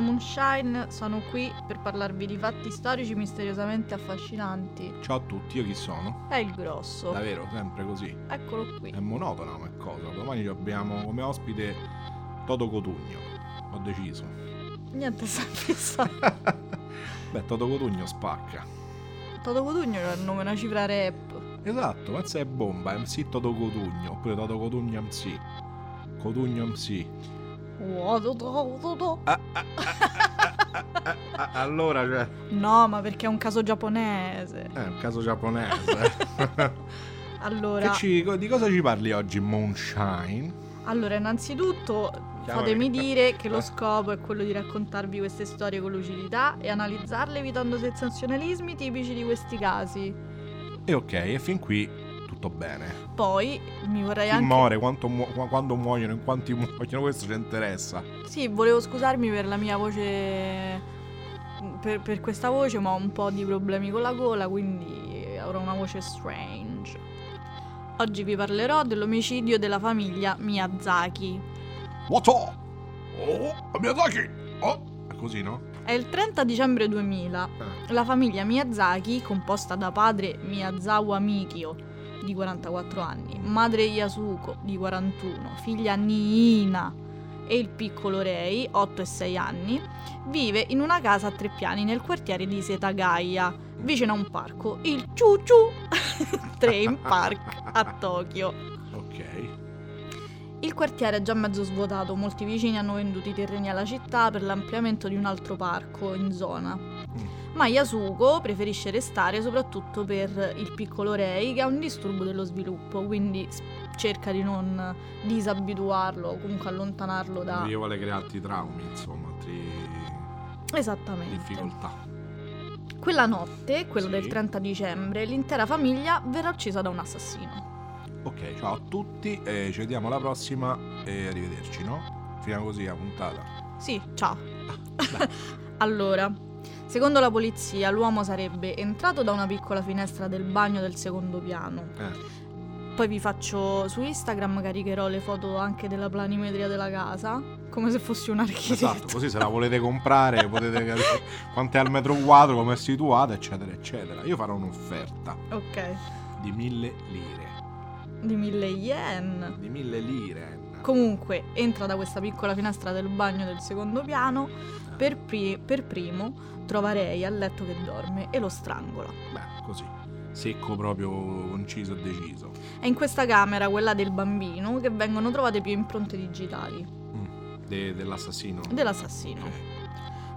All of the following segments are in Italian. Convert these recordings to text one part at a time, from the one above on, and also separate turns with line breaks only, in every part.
Moonshine, sono qui per parlarvi di fatti storici misteriosamente affascinanti.
Ciao a tutti, io chi sono?
È il grosso.
Davvero, sempre così.
Eccolo qui.
È monotona come cosa. Domani abbiamo come ospite Toto Cotugno. Ho deciso.
Niente, sempre stato.
Beh, Toto Cotugno spacca.
Toto Cotugno era il nome, una cifra rap.
Esatto, pensa è bomba, MC Toto Cotugno, oppure Toto Cotugno MC. Cotugno MC.
Wow, do, do, do, do.
Ah. allora, cioè,
No, ma perché è un caso giapponese.
Eh, è un caso giapponese.
Allora,
Eh, Che ci- di cosa ci parli oggi, Moonshine?
allora innanzitutto
Chiamami.
fatemi dire che lo
Eh.
scopo è quello di raccontarvi queste storie con lucidità e analizzarle evitando sensazionalismi tipici di questi casi.
E ok, e fin qui tutto bene.
Poi mi vorrei
Chi
anche...
muore, quanto muo- qua- quando muoiono, in quanti muoiono, questo ci interessa.
Sì, volevo scusarmi per la mia voce. Per, per questa voce, ma ho un po' di problemi con la gola, quindi avrò una voce strange. Oggi vi parlerò dell'omicidio della famiglia Miyazaki.
What's up? Oh, Miyazaki! Oh! È così, no?
È il 30 dicembre 2000. La famiglia Miyazaki, composta da padre Miyazawa Mikio, di 44 anni, madre Yasuko, di 41, figlia Niina e il piccolo Rei, 8 e 6 anni, vive in una casa a tre piani nel quartiere di Setagaya, vicino a un parco, il Chuchu Train Park a Tokyo.
Ok.
Il quartiere è già mezzo svuotato, molti vicini hanno venduto i terreni alla città per l'ampliamento di un altro parco in zona.
Mm.
Ma Yasuko preferisce restare soprattutto per il piccolo Rei che ha un disturbo dello sviluppo, quindi s- cerca di non disabituarlo o comunque allontanarlo da...
Io vuole creare altri traumi, insomma, altri
Esattamente.
difficoltà.
Quella notte, quella
Sì.
del 30 dicembre, l'intera famiglia verrà uccisa da un assassino.
Ok, ciao a tutti, eh, ci vediamo alla prossima e arrivederci, no? Finiamo così la puntata.
Sì, ciao.
Ah,
allora, secondo la polizia, l'uomo sarebbe entrato da una piccola finestra del bagno del secondo piano.
Eh,
Poi vi faccio su Instagram caricherò le foto anche della planimetria della casa, come se fossi un architetto.
esatto, così se la volete comprare potete capire quanto è al metro quadro, come è situata, eccetera, eccetera. Io farò un'offerta
Ok,
di mille lire.
di mille yen.
Di mille lire.
Comunque, entra da questa piccola finestra del bagno del secondo piano,
Eh,
per, pri- per primo trova Ray al letto che dorme e lo strangola.
Beh, così. Secco proprio, conciso e deciso.
È in questa camera, quella del bambino, che vengono trovate più impronte digitali
De- dell'assassino.
dell'assassino.
Ok.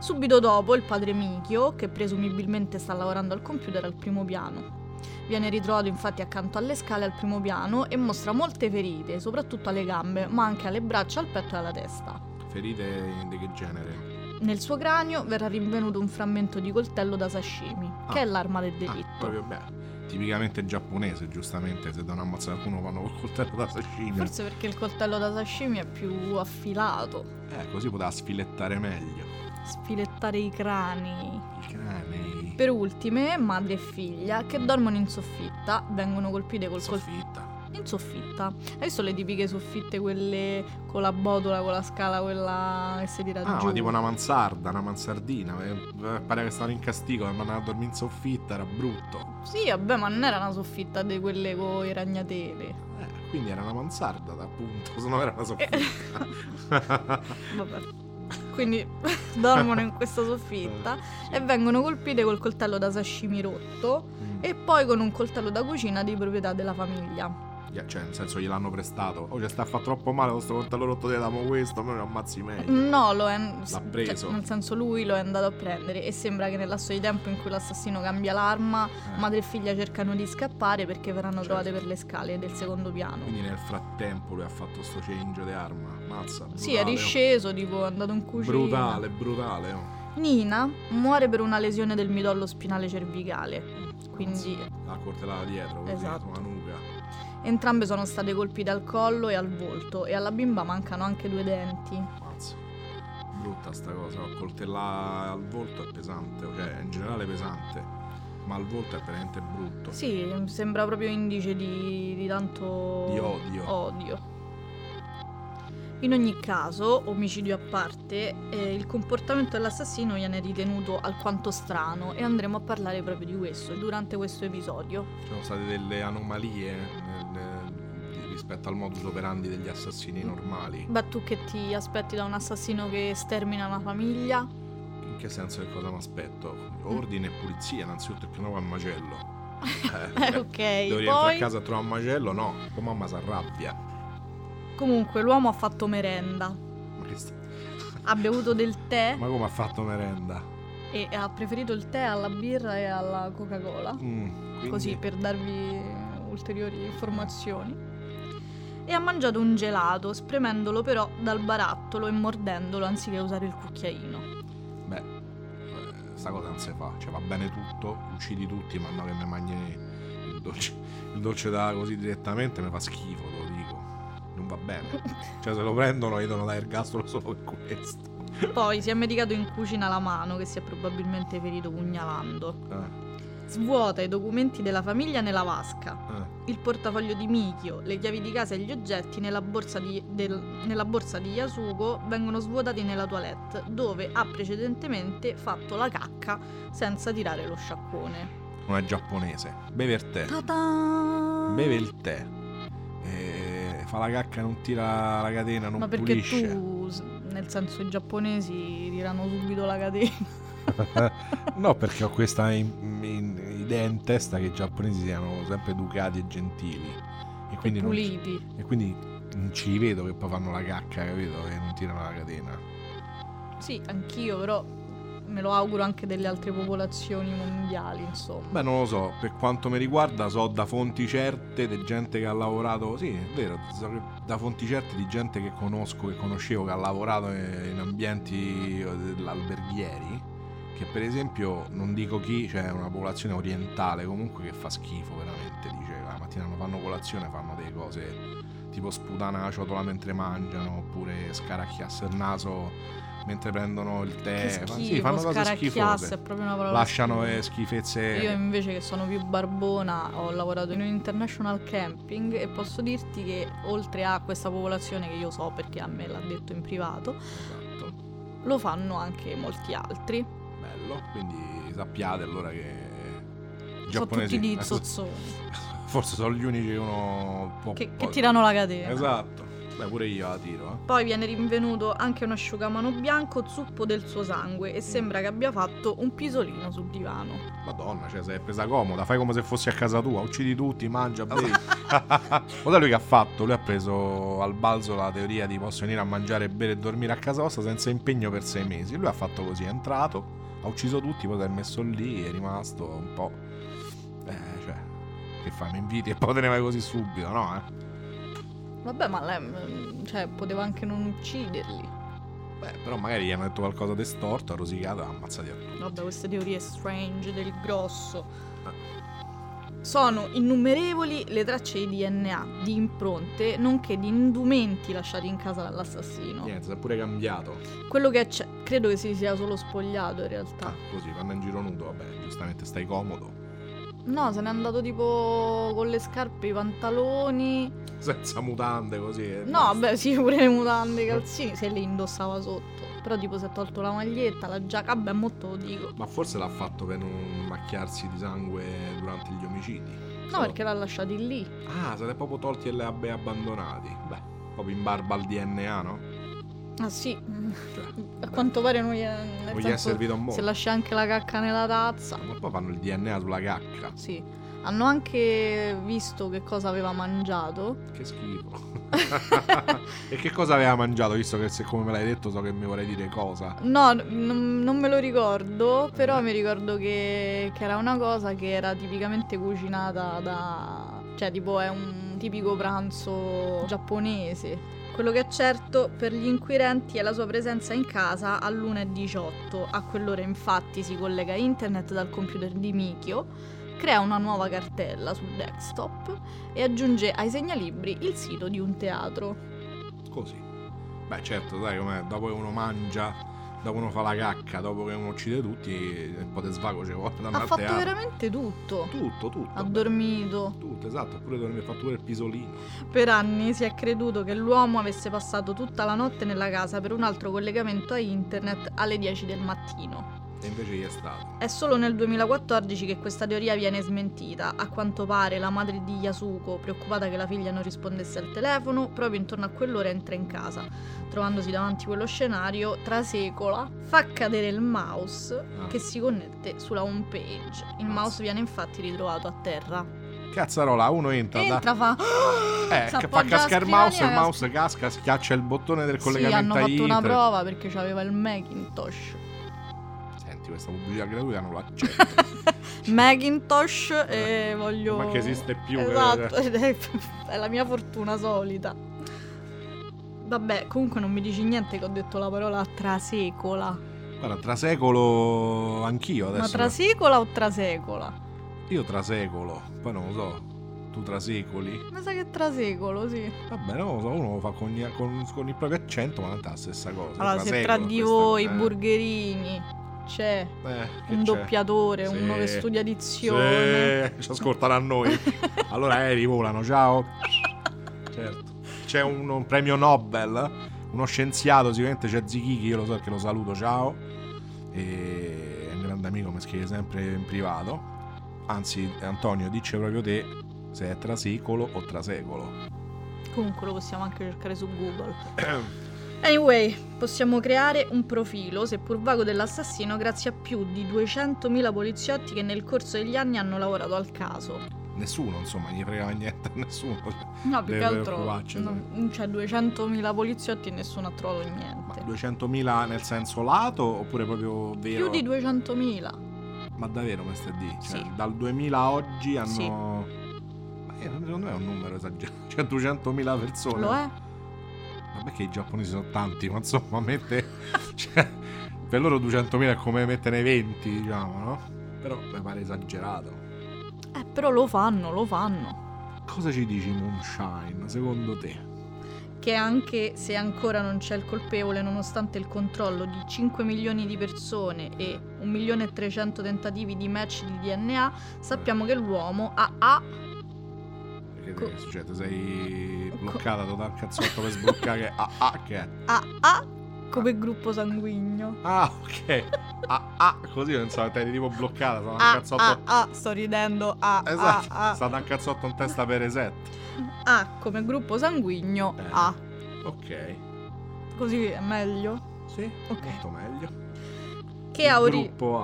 Subito dopo il padre Michio, che presumibilmente sta lavorando al computer al primo piano. Viene ritrovato infatti accanto alle scale al primo piano e mostra molte ferite, soprattutto alle gambe, ma anche alle braccia, al petto e alla testa.
Ferite di che genere?
Nel suo cranio verrà rinvenuto un frammento di coltello da sashimi, che
Ah.
è l'arma del
Ah,
delitto.
proprio beh. Tipicamente giapponese, giustamente, se danno ammazza qualcuno vanno col coltello da sashimi.
Forse perché il coltello da sashimi è più affilato.
Eh, così poteva sfilettare meglio.
Sfilettare i crani.
I cani.
Per ultime, madre e figlia, che dormono in soffitta, vengono colpite col coltello.
Soffitta.
In soffitta. Hai visto le tipiche soffitte, quelle con la botola, con la scala, quella che si tira
Ah,
giù?
ma tipo una mansarda, una mansardina. eh, Pare che stavano in castigo, ma andavano a dormire in soffitta, era brutto.
Sì, vabbè, ma non era una soffitta di quelle con i ragnatele.
Eh, quindi era una mansarda, appunto, se no era una soffitta.
Vabbè. Quindi dormono in questa soffitta
Eh,
e vengono colpite col coltello da sashimi rotto
Mm.
e poi con un coltello da cucina di proprietà della famiglia.
Yeah, Cioè, nel senso, gliel'hanno prestato. Oh, ci sta a fa troppo male questo coltello rotto, te damo questo, a me lo ammazzi meglio.
No, lo è.
L'ha preso.
cioè, nel senso, lui lo è andato a prendere e sembra che nel lasso di tempo in cui l'assassino cambia l'arma
Eh,
Madre e figlia cercano di scappare perché verranno
Certo.
trovate per le scale del secondo piano.
Quindi nel frattempo lui ha fatto sto change di arma. Mazza, brutale.
Sì, è
oh.
risceso, tipo è andato in cucina.
Brutale, brutale. oh.
Nina muore per una lesione del midollo spinale cervicale.
Mm,
Quindi
La coltellata dietro, così,
Esatto.
sulla nuca.
entrambe sono state colpite al collo e al volto e alla bimba mancano anche due denti.
Mazza. Brutta sta cosa, oh. coltellare al volto è pesante, cioè in generale è pesante, ma al volto è veramente brutto.
Sì, sembra proprio indice di, di tanto
Di odio.
odio. In ogni caso, omicidio a parte, eh, il comportamento dell'assassino viene ritenuto alquanto strano e andremo a parlare proprio di questo durante questo episodio.
Ci sono state delle anomalie nel- rispetto al modus operandi degli assassini
Mm.
normali.
Beh, tu che ti aspetti da un assassino che stermina una famiglia?
In che senso che cosa mi aspetto? Ordine e pulizia, innanzitutto perché no va a macello.
Eh,
Eh, Devo
ok,
rientrare a
poi...
casa e trovare un macello? No, tua mamma si arrabbia.
Comunque, l'uomo ha fatto merenda,
Ma, che sta-
ha bevuto del tè
Ma come ha fatto merenda?
e ha preferito il tè alla birra e alla Coca-Cola.
Mm, quindi-
così per darvi ulteriori informazioni. E ha mangiato un gelato, spremendolo però dal barattolo e mordendolo anziché usare il cucchiaino.
Beh, eh, sta cosa non si fa, cioè va bene tutto, uccidi tutti, ma no che mi mangi il dolce, il dolce da così direttamente mi fa schifo, te lo dico. Non va bene. Cioè se lo prendono gli devono dare ergastolo solo per questo.
Poi si è medicato in cucina la mano che si è probabilmente ferito pugnalando.
Eh,
Svuota i documenti della famiglia nella vasca,
eh.
il portafoglio di Mikio, le chiavi di casa e gli oggetti nella borsa di, del- nella borsa di Yasuko vengono svuotati nella toilette dove ha precedentemente fatto la cacca senza tirare lo sciacquone.
Non è giapponese. Beve il tè.
Ta-da!
Beve il tè. E fa la cacca, non tira la catena, non
Ma perché
pulisce.
tu, s- nel senso i giapponesi tirano subito la catena.
No, perché ho questa in- in- idea in testa che i giapponesi siano sempre educati e gentili. E quindi non, ci-
puliti.
E quindi non ci rivedo che poi fanno la cacca, capito? Che non tirano la catena.
Sì, anch'io, però me lo auguro anche delle altre popolazioni mondiali, insomma.
Beh, non lo so, per quanto mi riguarda so da fonti certe di gente che ha lavorato, sì, è vero, so che- da fonti certe di gente che conosco, che conoscevo, che ha lavorato eh, in ambienti eh, alberghieri, che per esempio, non dico chi, cioè è una popolazione orientale comunque che fa schifo veramente, dice, la mattina non fanno colazione, fanno delle cose tipo sputana la ciotola mentre mangiano, oppure scaracchiasse il naso mentre prendono il
che
tè,
schifo,
Fa- Eh, sì, fanno cose
scaracchiasse,
schifose.
è proprio una parola
Lasciano
schifosa.
eh, le schifezze.
Io invece che sono più barbona ho lavorato in un international camping e posso dirti che oltre a questa popolazione che io so perché a me l'ha detto in privato,
Esatto.
lo fanno anche molti altri.
Bello, quindi sappiate allora che i
Sono tutti
giapponesi Eh,
di zozzoni
forse sono gli unici che uno può
che, che
può-
tirano la catena.
Esatto. Beh, pure io la tiro, eh.
Poi viene rinvenuto anche un asciugamano bianco zuppo del suo sangue e sembra che abbia fatto un pisolino sul divano.
eh. Madonna, cioè sei presa comoda, fai come se fossi a casa tua, uccidi tutti, mangia, bevi.
Esatto.
Guarda lui che ha fatto, lui ha preso al balzo la teoria di posso venire a mangiare, bere e dormire a casa vostra senza impegno per sei mesi. Lui ha fatto così, è entrato, ha ucciso tutti, poi si è messo lì, è rimasto un po'... Eh, cioè, che fai, mi inviti e poi te ne vai così subito, no? Eh?
Vabbè, ma lei mm, cioè, poteva anche non ucciderli.
Beh, però magari gli hanno detto qualcosa di storto, ha rosicato, ha ammazzato a tutti.
Vabbè, queste teorie strange del grosso.
Ah.
Sono innumerevoli le tracce di DNA, di impronte, nonché di indumenti lasciati in casa dall'assassino.
Niente, si è pure cambiato.
Quello che c'è, credo che si sia solo spogliato in realtà.
Ah, così, quando è in giro nudo, vabbè, giustamente stai comodo,
No, se n'è andato tipo con le scarpe, i pantaloni.
senza mutande così. e
No,
basta.
beh, sì, pure le mutande, i calzini, se le indossava sotto. Però tipo si è tolto la maglietta, la giacca, vabbè, mo te lo dico.
Ma forse l'ha fatto per non macchiarsi di sangue durante gli omicidi.
No, perché l'ha lasciati lì.
Ah, siete proprio tolti e le abbe abbandonati. Beh, proprio in barba al DNA, no?
Ah sì,
Cioè,
a quanto pare non gli è... nel
non gli è
senso,
servito un
Se
mondo.
lascia anche la cacca nella tazza.
Ma poi fanno il DNA sulla cacca.
Sì. Hanno anche visto che cosa aveva mangiato.
Che schifo. e che cosa aveva mangiato, visto che se come me l'hai detto so che mi vorrei dire cosa.
No, n- non me lo ricordo, però
Eh.
mi ricordo che, che era una cosa che era tipicamente cucinata da... cioè tipo è un tipico pranzo giapponese. Quello che è certo per gli inquirenti è la sua presenza in casa all'1.18. A quell'ora infatti si collega a internet dal computer di Mikio, crea una nuova cartella sul desktop e aggiunge ai segnalibri il sito di un teatro.
Così. Beh, certo, sai com'è, dopo che uno mangia, dopo uno fa la cacca, dopo che uno uccide tutti, un po' di svago ci vuole da
Ha
andare a
fatto
teatro.
veramente tutto.
Tutto, tutto.
Ha dormito.
Tutto, esatto, oppure dormire, ha fatto pure il pisolino.
Per anni si è creduto che l'uomo avesse passato tutta la notte nella casa per un altro collegamento a internet alle 10 del mattino.
E invece gli è stato.
È solo nel 2014 che questa teoria viene smentita. A quanto pare la madre di Yasuko, preoccupata che la figlia non rispondesse al telefono, proprio intorno a quell'ora entra in casa. Trovandosi davanti quello scenario, trasecola, fa cadere il mouse
Ah.
che si connette sulla home page. Il mouse viene infatti ritrovato a terra.
Cazzarola, uno entra, da-
Entra, fa...
Eh,
si
che fa
appoggia
cascare
alla
il mouse, il
scrivania,
mouse casca, schiaccia il bottone del
Sì, hanno
collegamento a
fatto una
internet.
prova perché c'aveva il Macintosh.
Senti, questa pubblicità gratuita non l'accetto.
Macintosh e voglio...
Ma che esiste più, eh.
Esatto, ed è, è la mia fortuna solita. Vabbè, comunque non mi dici niente che ho detto la parola trasecola.
Guarda, trasecolo anch'io
Ma
adesso.
trasecola o trasecola?
Io trasecolo, poi non lo so. Tu trasecoli?
Mi sa che trasecolo, sì.
Vabbè, non lo so, uno lo fa con, gli- con- con il proprio accento, ma tanto è la stessa cosa.
Allora, se tra
trasecolo,
di
questo-
voi,
eh,
burgherini, c'è
eh, che
un
c'è?
doppiatore,
Sì.
uno che studia
Sì,
dizione.
ci ascoltano a noi. Allora aerei volano, ciao. Certo. C'è un, un premio Nobel, uno scienziato, sicuramente c'è Zichichi, io lo so che lo saluto, ciao. E è un grande amico, mi scrive sempre in privato. Anzi, Antonio, dice proprio te se è trasecolo o trasecolo.
Comunque lo possiamo anche cercare su Google. Anyway, possiamo creare un profilo, seppur vago, dell'assassino grazie a più di 200.000 poliziotti che nel corso degli anni hanno lavorato al caso.
Nessuno, insomma, gli fregava niente a nessuno.
No, più
Le-
che
le
altro
provacce,
non, c'è 200.000 poliziotti e nessuno ha trovato
Ma
niente.
200.000 nel senso lato oppure proprio vero?
Più di 200.000.
Ma davvero mi stai di? Cioè,
Sì.
dal 2000 a oggi hanno...
Sì.
Ma eh, secondo me è un numero esagerato. Cioè, 200.000 persone.
Lo è?
Vabbè che i giapponesi sono tanti, ma insomma, mette... cioè, per loro 200.000 è come metterne 20, diciamo, no? Però mi pare esagerato.
Eh, però lo fanno, lo fanno.
Cosa ci dici Moonshine, secondo te?
Che anche se ancora non c'è il colpevole, nonostante il controllo di 5 milioni di persone e 1.300.000 tentativi di match di DNA, sappiamo che l'uomo ha A
Perché
Co-
te, cioè, te sei
Co-
bloccata, ti ho dato un cazzotto per sbloccare AA che è...
AA come gruppo sanguigno.
Ah, ok. AA, così io pensavo che eri tipo bloccata, sono un
Ah,
cazzotto...
ah, ah, sto ridendo. Ah,
Esatto,
ah, ah.
è stato un cazzotto in testa per reset.
Ah, come gruppo sanguigno.
Eh.
A.
Ok.
Così è meglio.
Sì,
Ok.
molto meglio.
Che ha, ori-
Gruppo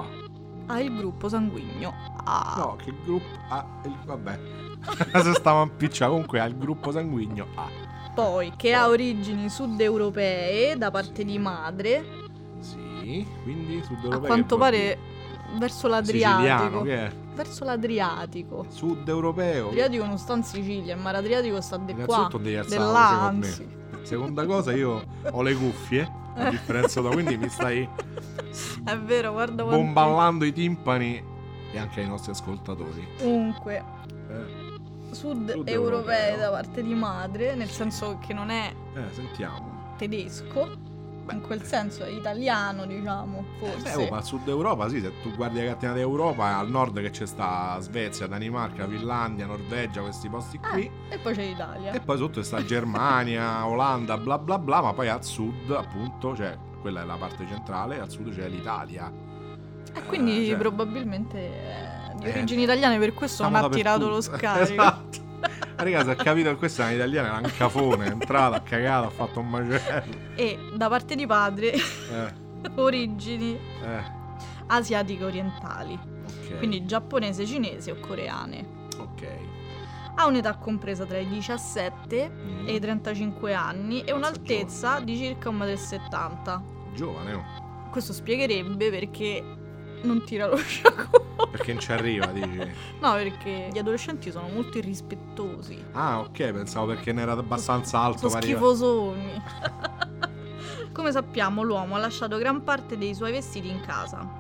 A.
ha il gruppo sanguigno. A.
No, che gruppo A? il- Vabbè. Se stavo in piccia comunque al gruppo sanguigno A.
Poi, che ha origini sudeuropee da parte di madre.
Sì, quindi sud
A quanto pare verso
Siciliano,
l'Adriatico.
che è?
Verso l'Adriatico.
Sud europeo.
L'Adriatico non sta in Sicilia, ma l'Adriatico sta di qua.
Innanzitutto devi alzare la voce con me.
Dell'Anzi.
Seconda cosa, io ho le cuffie, a
Eh.
differenza da quindi mi stai
È vero, guarda quanti-
bomballando i timpani e anche ai nostri ascoltatori.
Comunque,
Eh,
sud,
Sud
europee
europeo.
da parte di madre, nel senso che non è
eh, sentiamo.
tedesco,
Beh.
in quel senso è italiano, diciamo,
Eh,
forse.
oh, ma sud Europa, sì, se tu guardi la catena d'Europa, al nord che c'è sta Svezia, Danimarca, Finlandia, Norvegia, questi posti qui.
Eh, e poi c'è l'Italia.
E poi sotto sta Germania, Olanda, bla bla bla, ma poi al sud, appunto, cioè quella è la parte centrale, al sud c'è l'Italia.
E quindi
eh, cioè-
probabilmente eh, di
Eh,
origini italiane, per questo non
Siamo
ha tirato lo
dappertutto.
scarico.
esatto. Raga, se ha capito che questa è un'italiana, era un cafone, è entrata, ha cagato, ha fatto un macello.
E da parte di padre,
Eh,
origini
eh,
asiatiche orientali,
ok.
quindi giapponese, cinese o coreane.
Ok.
Ha un'età compresa tra i 17
Mm.
e i 35 anni e
Mazza,
un'altezza di circa 1,70 m.
Giovane, oh. no?
Questo spiegherebbe perché non tira lo sciacquo.
Perché non ci arriva, dici.
No, perché gli adolescenti sono molto irrispettosi.
Ah, ok, pensavo perché ne era abbastanza alto.
Sono
ma arriva-
schifosoni. Come sappiamo, l'uomo ha lasciato gran parte dei suoi vestiti in casa.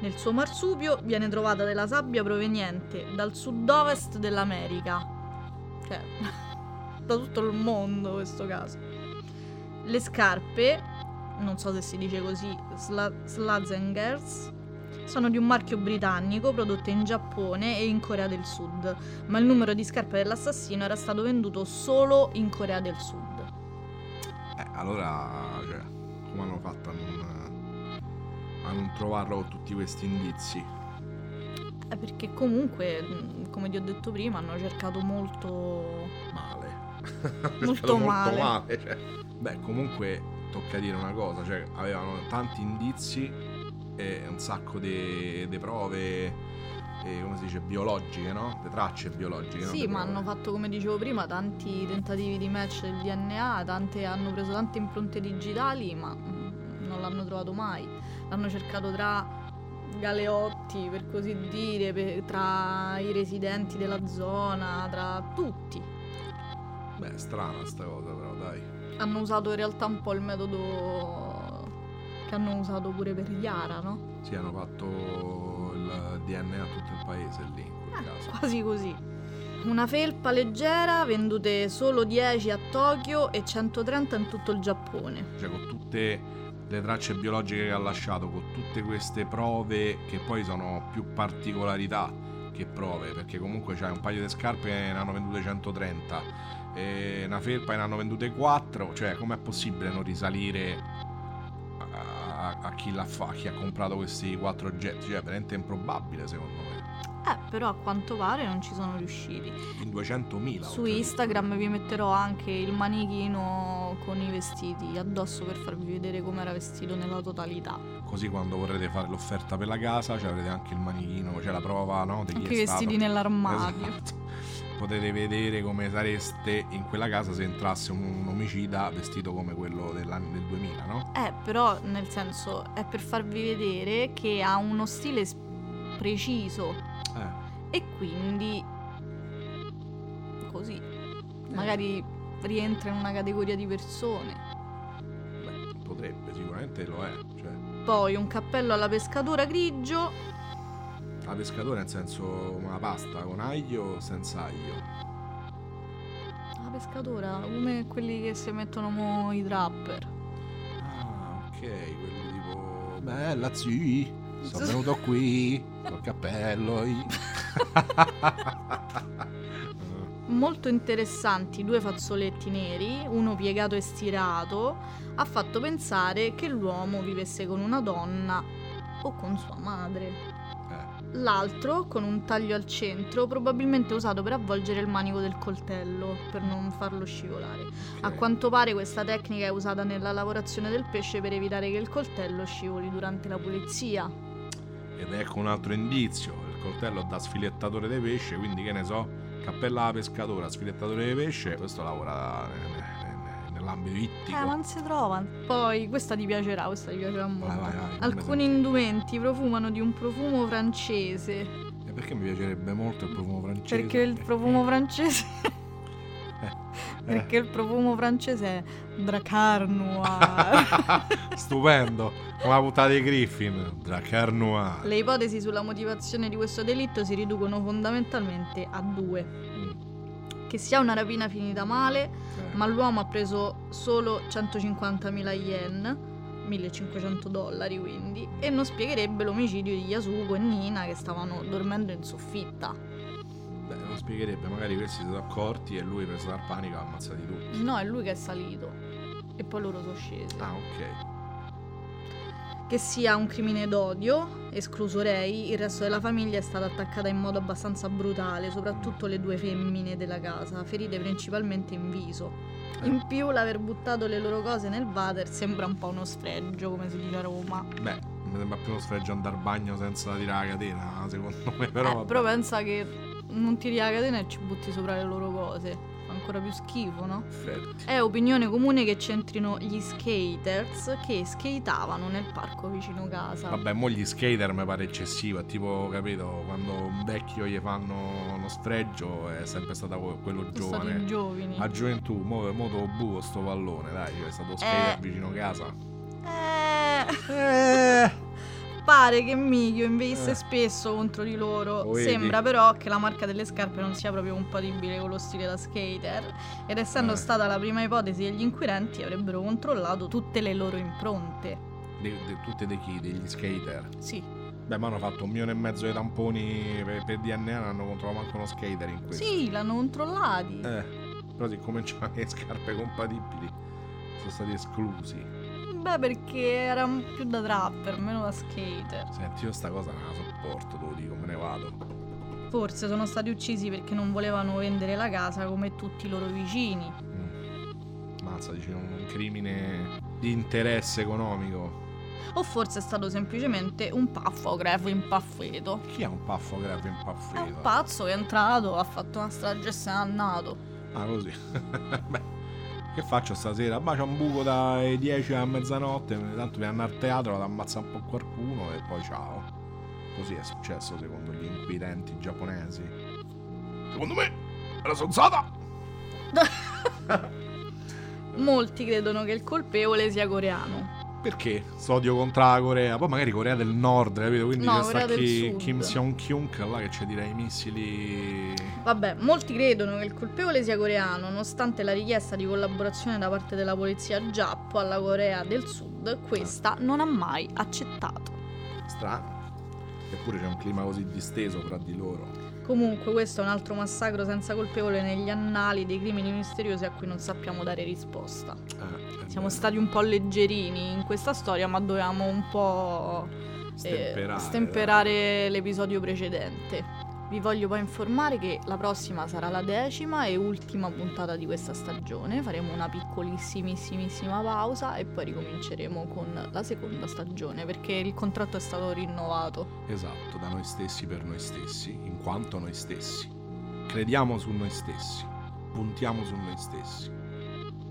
Nel suo marsupio viene trovata della sabbia proveniente dal sud-ovest dell'America. Cioè, da tutto il mondo in questo caso. Le scarpe non so se si dice così, Sla- Slazengers, sono di un marchio britannico prodotte in Giappone e in Corea del Sud, ma il numero di scarpe dell'assassino era stato venduto solo in Corea del Sud.
Eh, allora, cioè, come hanno fatto a non, a non trovarlo con tutti questi indizi?
Eh, perché comunque, mh, come ti ho detto prima, hanno cercato molto...
Male.
Molto
È stato
male.
cioè. Beh, comunque tocca dire una cosa, cioè avevano tanti indizi e un sacco di di prove, eh, come si dice, biologiche, no? Le tracce biologiche. no?
Sì,
Di
ma
prove.
hanno fatto, come dicevo prima, tanti tentativi di match del DNA, tante- hanno preso tante impronte digitali, ma mm, non l'hanno trovato mai. L'hanno cercato tra galeotti, per così dire, per- tra i residenti della zona, tra tutti.
Beh, strana sta cosa però, dai.
Hanno usato in realtà un po' il metodo che hanno usato pure per Iara, no?
Sì, hanno fatto il DNA a tutto il paese lì, in quel caso.
Quasi così. Una felpa leggera, vendute solo 10 a Tokyo e 130 in tutto il Giappone.
Cioè, con tutte le tracce biologiche che ha lasciato, con tutte queste prove che poi sono più particolarità che prove, perché comunque c'hai un paio di scarpe e ne hanno vendute 130, e una felpa e ne hanno vendute 4, cioè com'è possibile non risalire a, a- a chi l'ha fa, a chi ha comprato questi quattro oggetti? Cioè, è veramente improbabile secondo me.
Eh, però a quanto pare non ci sono riusciti.
In 200.000.
Su
oltretutto.
Instagram vi metterò anche il manichino con i vestiti addosso per farvi vedere come era vestito nella totalità.
Così quando vorrete fare l'offerta per la casa, cioè avrete anche il manichino, c'è la prova, no? Di chi
anche
è
i vestiti
stato.
nell'armadio.
Esatto. Potete vedere come sareste in quella casa se entrasse un, un omicida vestito come quello dell'anno del 2000, no?
Eh, però nel senso è per farvi vedere che ha uno stile s- preciso
Eh,
e quindi così magari rientra in una categoria di persone.
beh, potrebbe, sicuramente lo è. Cioè,
Poi un cappello alla pescatura grigio
la pescatore nel senso una pasta con aglio o senza aglio.
La pescatura, come quelli che si mettono mo i trapper.
Ah, ok, quello tipo... Bella zii, sono venuto qui, col cappello. i".
Molto interessanti, due fazzoletti neri, uno piegato e stirato, ha fatto pensare che l'uomo vivesse con una donna o con sua madre.
Eh,
L'altro, con un taglio al centro, probabilmente usato per avvolgere il manico del coltello, per non farlo scivolare. A
ok.
quanto pare questa tecnica è usata nella lavorazione del pesce per evitare che il coltello scivoli durante la pulizia.
Ed ecco un altro indizio, il coltello da sfilettatore di pesce, quindi che ne so, cappella da pescatora, sfilettatore di pesce, questo lavora ne- ne- ne- nell'ambito ittico.
Eh, ma non si trova. Poi, questa ti piacerà, questa ti piacerà molto.
Vai, vai, vai,
Alcuni indumenti profumano di un profumo francese.
E perché mi piacerebbe molto il profumo francese?
Perché il profumo francese.
Eh,
perché il profumo francese è Dracar Noir.
Stupendo, come la puntata dei Griffin, Dracar Noir.
Le ipotesi sulla motivazione di questo delitto si riducono fondamentalmente a due.
Mm,
Che sia una rapina finita male,
eh.
ma l'uomo ha preso solo 150.000 yen, 1500 dollari quindi, e non spiegherebbe l'omicidio di Yasuko e Nina che stavano dormendo in soffitta.
Beh, non spiegherebbe, magari questi si sono accorti e lui preso dal panico ha ammazzato tutti.
No, è lui che è salito. E poi loro sono scesi.
Ah, ok.
Che sia un crimine d'odio, escluso Ray, il resto della famiglia è stata attaccata in modo abbastanza brutale, soprattutto le due femmine della casa, ferite principalmente in viso.
Eh.
In più l'aver buttato le loro cose nel water sembra un po' uno sfregio, come si dice a Roma.
Beh, mi sembra più uno sfregio andare al bagno senza tirare la catena, secondo me, però...
eh,
vabbè.
però pensa che non tiri la catena e ci butti sopra le loro cose. Fa ancora più schifo, no?
Effetti.
È opinione comune che c'entrino gli skaters che skateavano nel parco vicino casa.
Vabbè, mo gli skater mi pare eccessivo, è tipo, capito, quando un vecchio gli fanno uno sfregio è sempre stato que- quello
Sono stati i
giovane.
giovani.
A gioventù, mo, mo te lo buco sto pallone, dai, cioè, è stato skater vicino casa.
Eh,
Eh,
pare che Michio investe
Eh.
spesso contro di loro.
Lo vedi?
Sembra però che la marca delle scarpe non sia proprio compatibile con lo stile da skater. Ed essendo
Eh.
stata la prima ipotesi degli inquirenti, avrebbero controllato tutte le loro impronte.
De- de- tutte dei chi? Degli skater.
Sì,
Beh, ma hanno fatto un milione e mezzo di tamponi per, per DNA, non hanno controllato manco uno skater in questo.
sì, l'hanno controllati.
Eh, però siccome c'erano le scarpe compatibili, sono stati esclusi.
Beh, perché era più da trapper, meno da skater.
Senti, io sta cosa non la sopporto, te lo dico, me ne vado.
Forse sono stati uccisi perché non volevano vendere la casa come tutti i loro vicini.
Mm. Mazza, dice un crimine di interesse economico.
O forse è stato semplicemente un paffografo impaffeto.
Chi ha un paffo grave in
È
paffeto?
un pazzo che è entrato, ha fatto una strage e se n'è andato.
Ah, così. Beh, che faccio stasera? Ma c'è un buco dalle 10 a mezzanotte, tanto per andare al teatro, vado ad ammazzare un po' qualcuno e poi ciao. Così è successo secondo gli inquirenti giapponesi. Secondo me è la sonzata!
Molti credono che il colpevole sia coreano.
Perché sodio contro la Corea? Poi magari Corea del Nord, capito? Quindi
No,
c'è sta
Corea del
chi-
Sud.
Kim Jong-kyung là che ci tira i missili...
Vabbè, molti credono che il colpevole sia coreano, nonostante la richiesta di collaborazione da parte della polizia giappo alla Corea del Sud, questa non ha mai accettato.
Strano. Eppure c'è un clima così disteso fra di loro.
Comunque, questo è un altro massacro senza colpevole negli annali dei crimini misteriosi a cui non sappiamo dare risposta.
Eh, eh,
Ah, Siamo stati un po' leggerini in questa storia, ma dovevamo un po' eh,
stemperare, eh.
stemperare l'episodio precedente. Vi voglio poi informare che la prossima sarà la decima e ultima puntata di questa stagione. Faremo una piccolissimissimissima pausa e poi ricominceremo con la seconda stagione perché il contratto è stato rinnovato.
Esatto, da noi stessi per noi stessi, in quanto noi stessi. Crediamo su noi stessi, puntiamo su noi stessi.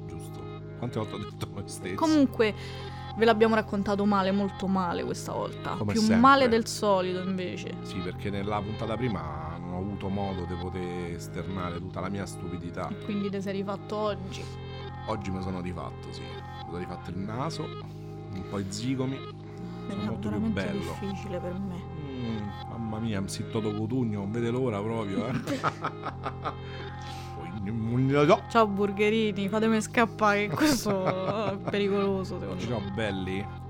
Giusto? Quante volte ho detto noi stessi?
Comunque ve l'abbiamo raccontato male, molto male questa volta.
Come
Più
sempre.
male del solito invece.
Sì, perché nella puntata prima non ho avuto modo di poter esternare tutta la mia stupidità.
E quindi te sei rifatto oggi.
Oggi mi sono rifatto, sì. Mi sono rifatto il naso, un po' i zigomi. Sono
Era
molto più
veramente
bello.
difficile per me.
Mm, mamma mia, un sitto cotugno, non vede l'ora proprio, eh.
Ciao burgerini, fatemi scappare, che questo è pericoloso secondo
Oggi
me.
no, belli.